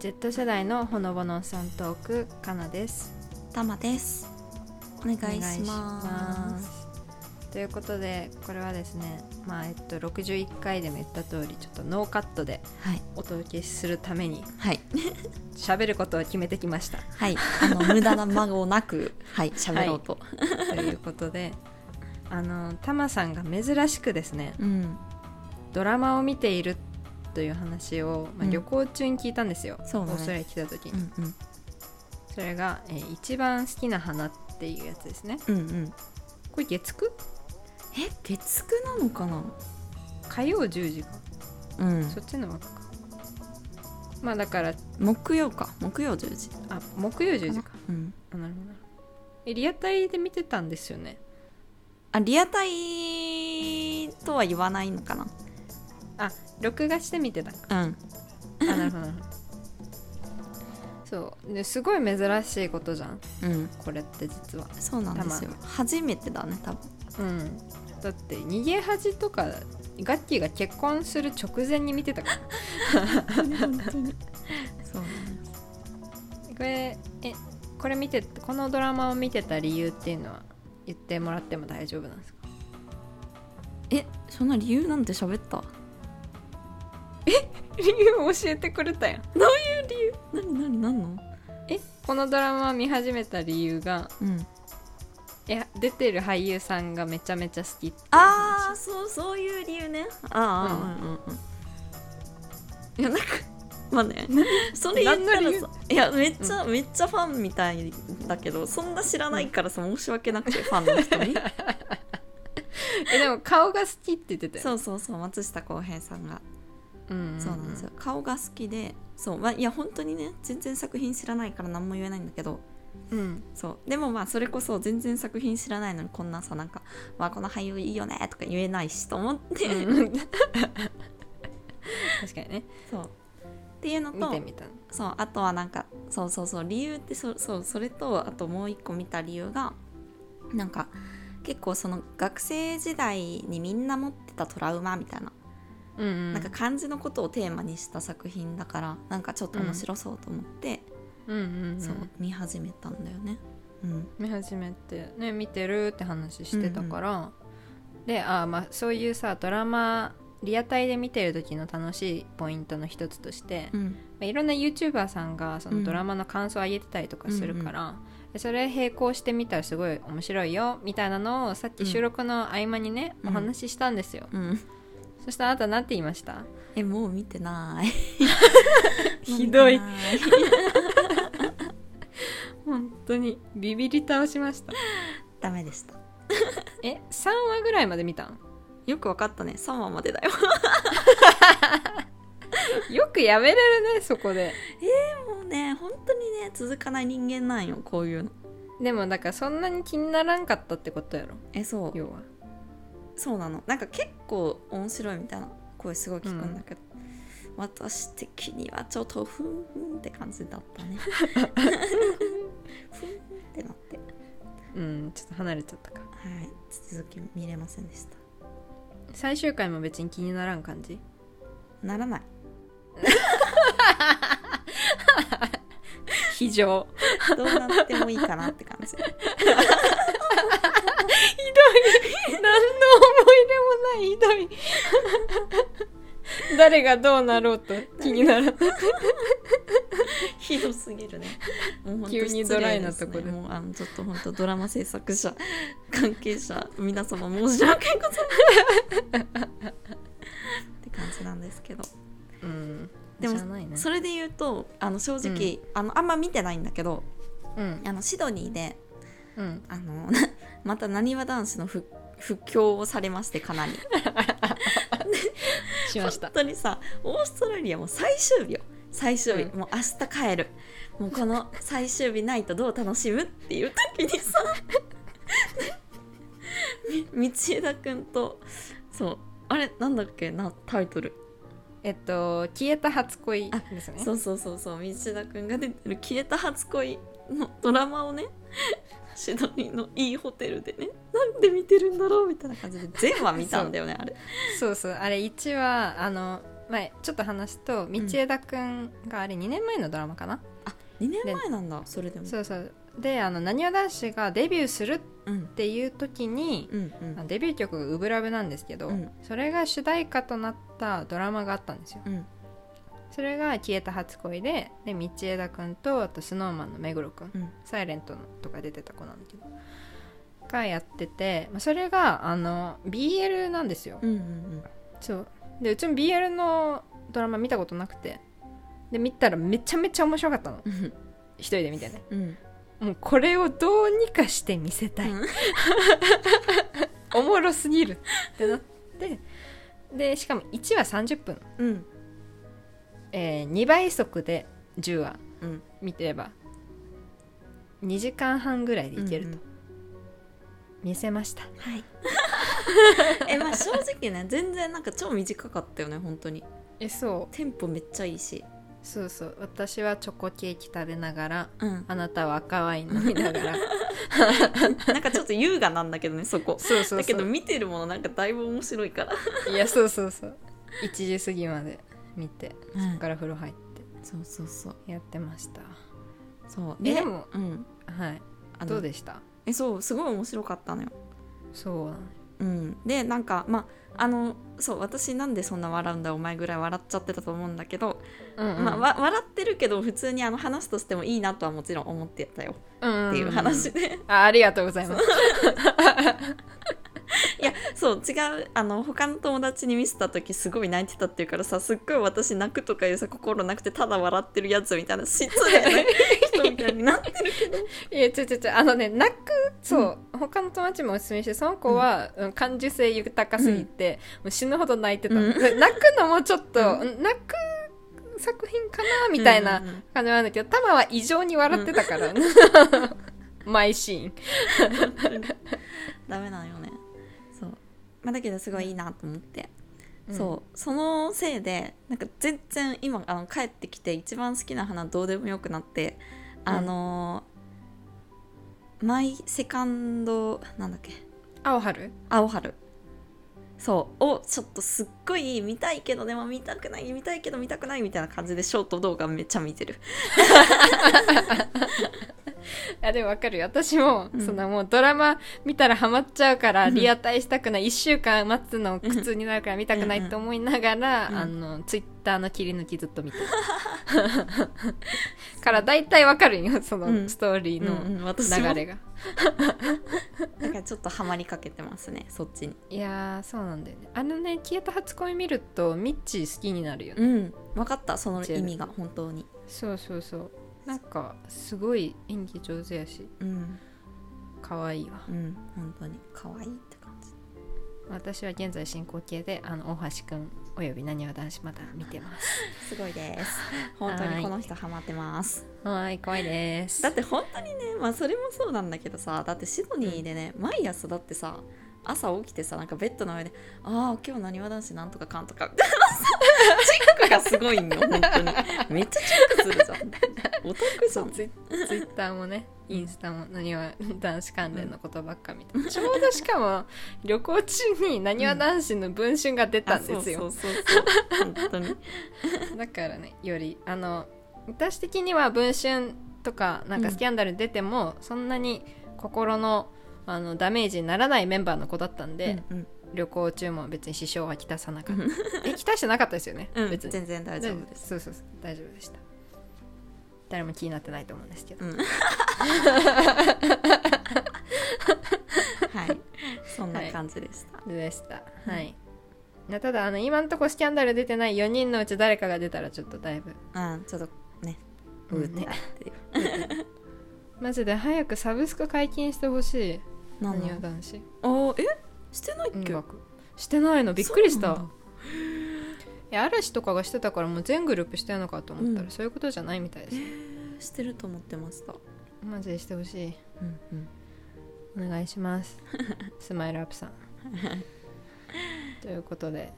Z 世代のほのぼのさんトークかなですたまですお願いしお願まいしすということでこれはですねまあえっと61回でも言った通りちょっとノーカットではいお届けするためにはい喋ることを決めてきま したはいあの無駄な間をなく はい喋ろうと、ということであのタマさんが珍しくですねうんドラマを見ているという話を、まあ、うん旅行中に聞いたんですよ、そうだねオーストラリア来た時に、うんそれが、えー一番好きな花」っていうやつですねうんうんうんこれ月9え月9なのかな火曜10時かうんそっちの枠かまあだから木曜か木曜10時あ木曜10時かうんあなるほどなるほどえリアタイで見てたんですよねあリアタイとは言わないのかなあ録画して見てたんかうんあなるほどなるほどそうですごい珍しいことじゃんうんこれって実はそうなんですよ初めてだね多分うんだって逃げ恥とかガッキーが結婚する直前に見てたから そうこれえこれ見てこのドラマを見てた理由っていうのは言ってもらっても大丈夫なんですかえそんな理由なんて喋った 理由教えてくれたやん何何何のえこのドラマ見始めた理由がうんいや出てる俳優さんがめちゃめちゃ好きっていう話ああそうそういう理由ねああうんうんうんいやなんかまあねそれ言った何のら理由さいやめっちゃ、めっちゃファンみたいだけどそんな知らないからさ申し訳なくてファンの人 にえでも顔が好きって言ってたよそうそうそう松下洸平さんがうんうんうんそうなんですよ顔が好きでそうまあいや本当にね全然作品知らないから何も言えないんだけどうんそうでもまあそれこそ全然作品知らないのにこんなさなんか「わあこの俳優いいよね」とか言えないしと思って、うん 確かにねそうっていうの見とてみたのそうあとはなんかそうそうそう理由ってそそうそれとあともう一個見た理由がなんか結構その学生時代にみんな持ってたトラウマみたいな,、うんうんなんか漢字のことをテーマにした作品だからなんかちょっと面白そうと思って、うんうんうんそう見始めたんだよね。うん、見始めてね見てるって話してたから、であーまあそういうさドラマリアタイで見てる時の楽しいポイントの一つとして、うんまあ、いろんな YouTuber さんがそうんのドラマの感想を上げてたりとかするから、でそれ並行してみたらすごい面白いよみたいなのをさっき収録の合間にね、うんお話ししたんですよ、うん、そしたらあなた何て言いましたえもう見て ないひどいもう見てない本当にビビり倒しましたダメでした え3話ぐらいまで見たんよくわかったね3話までだよよくやめれるねそこでもうね本当にね続かない人間なんよこういうのでもだからそんなに気にならんかったってことやろえそう要はそうなのなんか結構面白いみたいな声すごい聞くんだけど、私的にはちょっとふーんって感じだったねふーんってなってうんちょっと離れちゃったかはい続き見れませんでした最終回も別に気にならん感じならない非常どうなってもいいかなって感 じ何の思い出もないひどい 誰がどうなろうと気にならないひどすぎるねもうほんと急にドライなとこで失礼すねもうあのちょっと本当ドラマ制作者関係者皆様申し訳ございませ んって感じなんですけどうんでも知らないねそれで言うとあの正直、あのあんま見てないんだけどうんあのシドニーでうんあの またなにわ男子の復布教をされまして かなりしました本当にさオーストラリアも最終日よ最終日、うもう明日帰るもうこの最終日ないとどう楽しむっていう時にさ み道枝くんとそうあれなんだっけなタイトルえっと消えた初恋ですねそうそうそうそう道田くんが出てる「消えた初恋」のドラマをね シドニーのいいホテルでねなんで見てるんだろうみたいな感じで全話見たんだよねあれそうそうあれ1話あの前ちょっと話すと道枝くんがあれ2年前のドラマかな、 2年前なんだそれでもそうそうであのなにわ男子がデビューするっうんていう時に、うんあデビュー曲が「ウブラブ」なんですけど、うんそれが主題歌となったドラマがあったんですようんうんそれが「消えた初恋で」で道枝くんとあと SnowMan の目黒くんうんサイレントのとか出てた子なんだけどがやっててまあそれがあの BL なんですよ、うんうんそうでうちも BL のドラマ見たことなくてで見たらめちゃめちゃ面白かったのうん一人で見てねうんもうこれをどうにかして見せたい、うん おもろすぎるってなってでしかも1話30分、うんえ2倍速で10話うん見てれば2時間半ぐらいでいけると、うんうん見せましたはい えまあ正直ね全然なんか超短かったよね本当にえそテンポめっちゃいいしうそうそう私はチョコケーキ食べながらうんあなたは赤ワイン飲みなが らなんかちょっと優雅なんだけどねそこそうそうそうだけど見てるものなんかだいぶ面白いからいやそうそうそう1時過ぎまで見てそっから風呂入ってそうそうそうやってましたそうえでもうんはいあのどうでしたえそうすごい面白かったのよそうなのうん、でなんかまああのそう私なんでそんな笑うんだお前ぐらい笑っちゃってたと思うんだけど、うんうんまあ、わ笑ってるけど普通にあの話としてもいいなとはもちろん思ってたよっっていう話で、 あありがとうございますいやそう違うあの他の友達に見せた時すごい泣いてたっていうからさすっごい私泣くとかいうさ心なくてただ笑ってるやつみたいな失礼な人みたいになってるけどいやちょちょちょあのね泣くそう、他の友達もおすすめしてその子は、うん感受性豊かすぎて、もう死ぬほど泣いてたの、うんで泣くのもちょっと、う泣く作品かなみたいな うんうん感じなんだけど、タマは異常に笑ってた から、マイシーン ダメなのよねそう、まあ、だけどすごいいいなと思ってうんそうそのせいでなんか全然今あの帰ってきて一番好きな花どうでもよくなってあのーマイセカンドなんだっけ青春青春そうをちょっとすっごい見たいけどでも見たくない見たいけど見たくないみたいな感じでショート動画めっちゃ見てるあでもわかるよ私も、うんそのもうドラマ見たらハマっちゃうから、うんリアタイしたくない1週間待つの苦痛になるから見たくないと思いながら、うんうんあのツイッターの切り抜きずっと見てる から大体わかるよその、うんストーリーの、の私も流れが、だからちょっとハマりかけてますねそっちにいやーそうなんだよねあのね消えた初恋見るとミッチー好きになるよね、うん分かったその意味が本当にそうそうそうなんかすごい演技上手やしうん可愛いわうん本当に可愛いって感じ私は現在進行形であの大橋くんおよびなにわ男子まだ見てますすごい です。本当にこの人ハマってます。はーい、怖いです。だって本当にね、まあそれもそうなんだけどさ、だってシドニーでね、毎朝だってさ、朝起きてさ、なんかベッドの上で、ああ、今日なにわ男子なんと かかんとか、みたいなさチェックがすごいん よ、本当に。めっちゃチェックする じゃん。オタクじゃん。ツイツイッターもね、インスタも、なにわ男子関連のことばっかみたいな。ちょうどしかも、旅行中になにわ男子の文春が出たんですそよ。うそうそう そう。本当に。だからね、より、あの、私的には文春とか、なんかスキャンダル出ても、そんなに心の、あのダメージにならないメンバーの子だったんで、うん、旅行中も別に支障はきたさなかったえきたしてなかったですよね、うん、別に全然大丈夫です。そうそうそう大丈夫でした誰も気になってないと思うんですけど、うん。はい、そんな感じでした。でしたはい、いやただあの今のとこスキャンダル出てない4人のうち誰かが出たらちょっとだいぶうん、ちょっとね、ううんーってなってる。マジで早くサブスク解禁してほしいな 何にをわ男子あえしてないっ音け、楽してないのびっくりしそうたなんだいや嵐とかがしてたからもう全グループしてるのかと思ったら、うんそういうことじゃないみたいですしてると思ってましたマジでしてほしいうんうんお願いします スマイルアップさんということで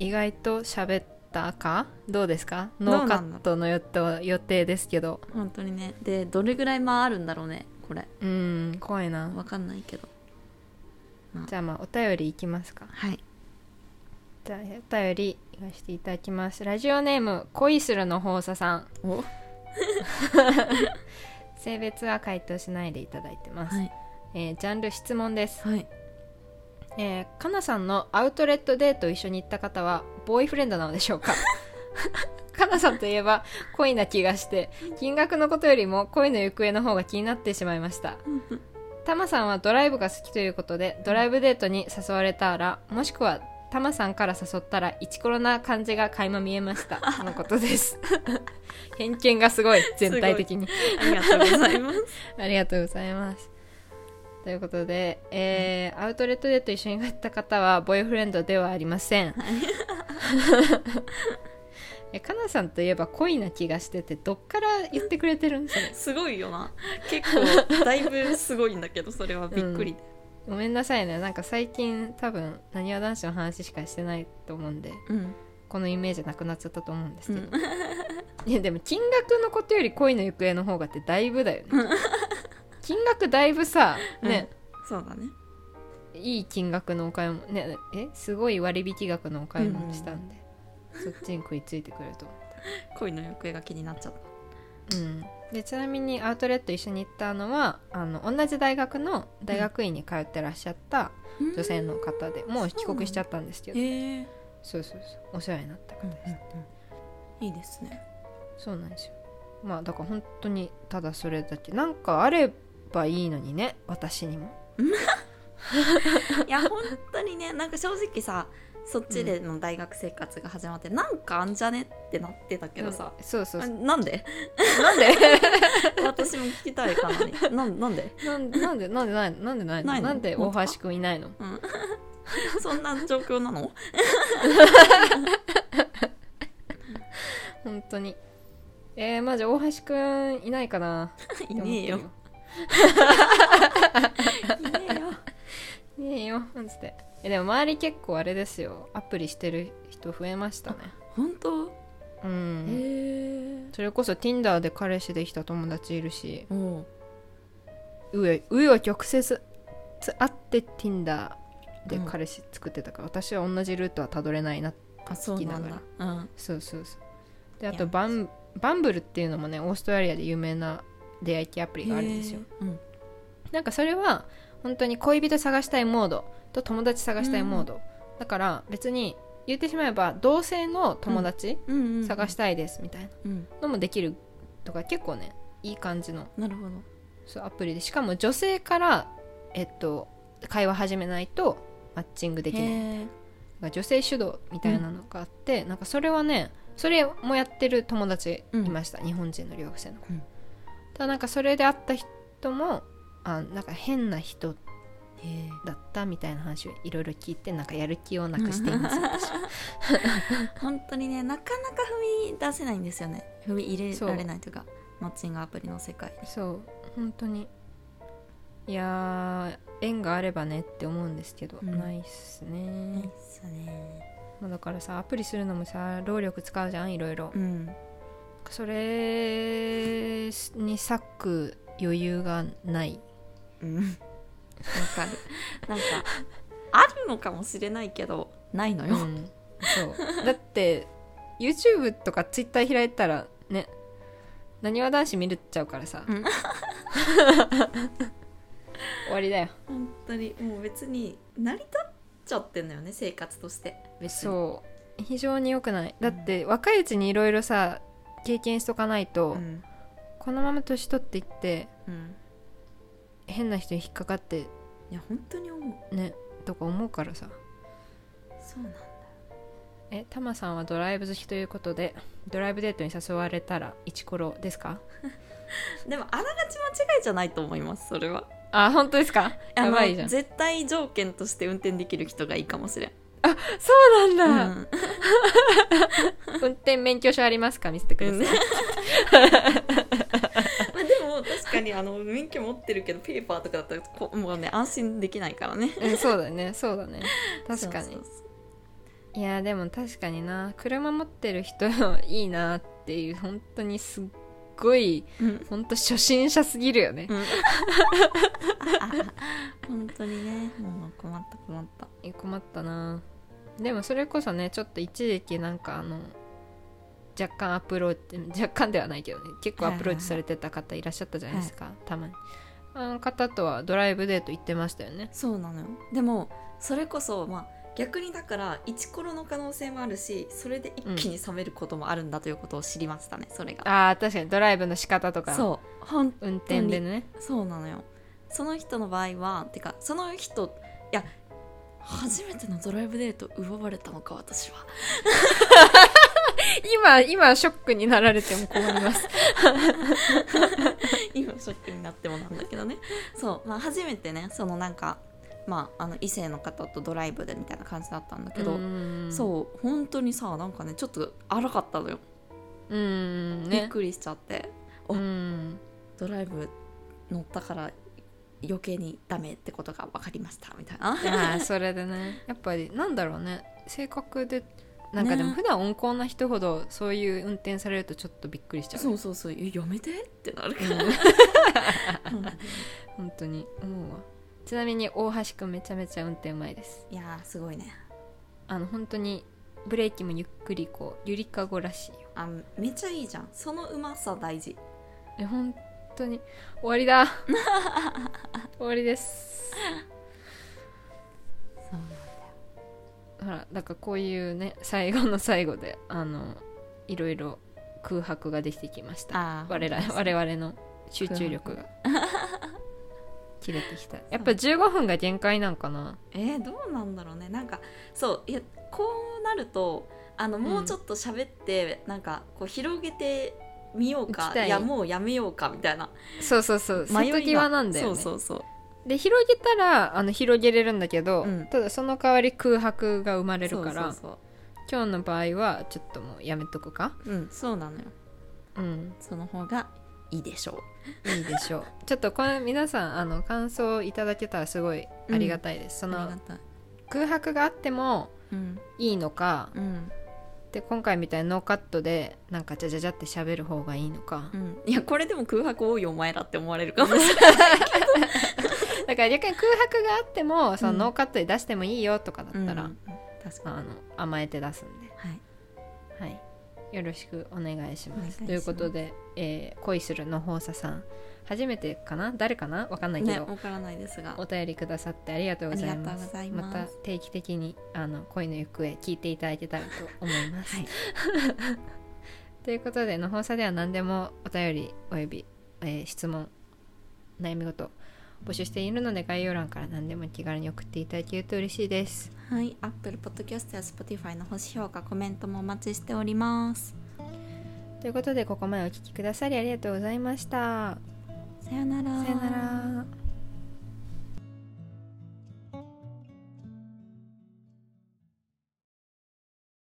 意外と喋ったかどうですかうなノんーカだットの予定予定ですけど本当にねでどれぐらい回あるんだろうねこれうん怖いなわかんないけどじゃあまあお便りいきますかはいおじゃあお便り言わせていただきますラジオネーム恋するの放射さんお性別は回答しないでいただいてます、はいえージャンル質問です、はいえー、かなさんのアウトレットデート一緒に行った方はボーイフレンドなのでしょうか かなさんといえば恋な気がして金額のことよりも恋の行方の方が気になってしまいましたタマさんはドライブが好きということでドライブデートに誘われたらもしくはタマさんから誘ったらイチコロな感じが垣間見えましたとのことです 偏見がすごい全体的にありがとうございますありがとうございます。ということで、えーアウトレットデート一緒に帰った方はボーイフレンドではありません。 えかなさんといえば恋な気がしててどっから言ってくれてるんです ね すごいよな結構だいぶすごいんだけどそれはびっくり、ごめんなさいねなんか最近多分なにわ男子の話しかしてないと思うんでうんこのイメージなくなっちゃったと思うんですけど、いやでも金額のことより恋の行方の方がってだいぶだよ ね金額だいぶさね、うんそうだねいい金額のお買い物ねえすごい割引額のお買い物したんで、そっちに食いついてくれると思恋の行方が気になっちゃったう、うん、でちなみにアウトレット一緒に行ったのはあの同じ大学の大学院に通ってらっしゃった女性の方で、もう帰国しちゃったんですけどへえそうそうそうお世話になった方です、いいですね そうなんですよまあだから本当にただそれだけなんかあればいいのにね私にもいや本当にねなんか正直さそっちでの大学生活が始まって、なんかあんじゃねってなってたけどさ、そうそうあそうなんでなんで 私も聞きたいかなり なんなんで、なん なんでなんでないなんでないのないのなんで大橋くんいないのうん、 そんな状況なの本当にえー、まあじゃあ大橋くんいないかないねえよって思いねってえよるよいねえよなんつってえでも周り結構あれですよアプリしてる人増えましたね本当へうんえそれこそ Tinder で彼氏できた友達いるしおううえうえは曲折あって Tinder で彼氏作ってたから、私は同じルートはたどれないなあそうなんだうんそうそうそうであいやとバンバンブルっていうのもねオーストラリアで有名な出会い系アプリがあるんですよへえうんなんかそれは本当に恋人探したいモードと友達探したいモード、だから別に言ってしまえば同性の友達うんうんうん探したいですみたいなうんのもできるとか結構ねいい感じのなるほどそうアプリでしかも女性から、えっと、会話始めないとマッチングできへないえなんか女性主導みたいなのがあって、なんかそれはねそれもやってる友達いました、日本人の留学生の子、うんただなんかそれで会った人もあなんか変な人へえだったみたいな話をいろいろ聞いてなんかやる気をなくしています私本当にねなかなか踏み出せないんですよね踏み入れられないというかマッチングアプリの世界そう本当にいやー縁があればねって思うんですけど、うんないっすね、いいっすねまあ、だからさアプリするのもさ労力使うじゃんいろいろうんそれに割く余裕がないうんわかる なんかあるのかもしれないけどないのうよ、ん、そうだって YouTube とか Twitter 開いたらねなにわ男子見るっちゃうからさ、うん 終わりだよ本当にもう別に成り立っちゃってんのよね生活として別にそう非常に良くないだって若いうちにいろいろさ経験しとかないと、んこのまま年取っていってうん変な人に引っかかっていや本当に思うねとか思うからさそうなんえタマさんはドライブ好きということでドライブデートに誘われたらイチコロですかでもあながち間違いじゃないと思いますそれはあ本当ですかあやのばいじゃんそ絶対条件として運転できる人がいいかもしれん、うなんだ、 うん運転免許証ありますか見せてください、うんまあでも確かにあの免許持ってるけどペーパーとかだったらこもうね安心できないからねうんそうだねそうだね確かにそうそうそういやでも確かにな車持ってる人いいなっていう本当にすっごいうん 本当初心者すぎるよね、 本当にねもう困った困ったえ困ったなでもそれこそねちょっと一時期なんかあの若干アプローチ若干ではないけどね結構アプローチされてた方いらっしゃったじゃないですか、たまにあの方とはドライブデート行ってましたよねそうなのよでもそれこそまあ逆にだから一コロの可能性もあるしそれで一気に冷めることもあるんだということを知りましたね、それがあー確かにドライブの仕方とかそうほん運転でねそうなのよその人の場合はてかその人いや初めてのドライブデート奪われたのか私は 今今ショックになられても困ります今ショックになってもなんだけどねそうまあ初めてねそのなんかまああの異性の方とドライブでみたいな感じだったんだけど、うそう本当にさなんかねちょっと荒かったのよ、ーんうーんびっねくりしちゃってうーんドライブ乗ったから余計にダメってことが分かりましたみたいなああそれでねやっぱりなんだろうね性格でなんかねでも普段温厚な人ほどそういう運転されるとちょっとびっくりしちゃう そうそうそうえやめてってなる から、うん本当に思うわちなみに大橋くんめちゃめちゃ運転うまいですいやーすごいねあの本当にブレーキもゆっくりこうゆりかごらしいよあめっちゃいいじゃんそのうまさ大事え本当に終わり だ終わりですそうほらだからこういうね最後の最後であのいろいろ空白ができてきましたあー我ら本当我ですね々の集中力が切れてきたやっぱ15分が限界なんかな えー、どうなんだろうねなんかそういやこうなるとあのもうちょっと喋って、なんかこう広げてみよう行かきいたいやもうやめようかみたいなそうそうそう瀬戸際なんだよねそうそうそうで広げたらあの広げれるんだけど、うんただその代わり空白が生まれるからそうそう今日の場合はちょっともうやめとくかそううんそうなのようんその方がいいでしょいいで しょうちょっとこれ皆さんあの感想いただけたらすごいありがたいです、うそありがのたい空白があってもうんいいのかうんで今回みたいにノーカットでなんかじゃじゃじゃって喋る方がいいのかう、んいやこれでも空白多いお前らって思われるかもしれないだから逆に空白があってもそのノーカットで出してもいいよとかだったら、うん確かあの甘えて出すんでにはいはい、よろしくお願いしお願まいす。しますということで、えー恋するのほうささん、初めてかな誰かなわかんないけねど、わからないですがお便りくださってありがとうございあまりがとうす。ございますた定期的にあの恋の行方聞いていただけたらと思います。はい ということで、のほうさでは何でもお便りおよび、えー質問、悩み事募集しているので概要欄から何でも気軽に送っていただけると嬉しいです。はい、Apple Podcast や Spotify の星評価、コメントもお待ちしております。ということで、ここまでお聞きくださりありがとうございました。さよなら。さよなら。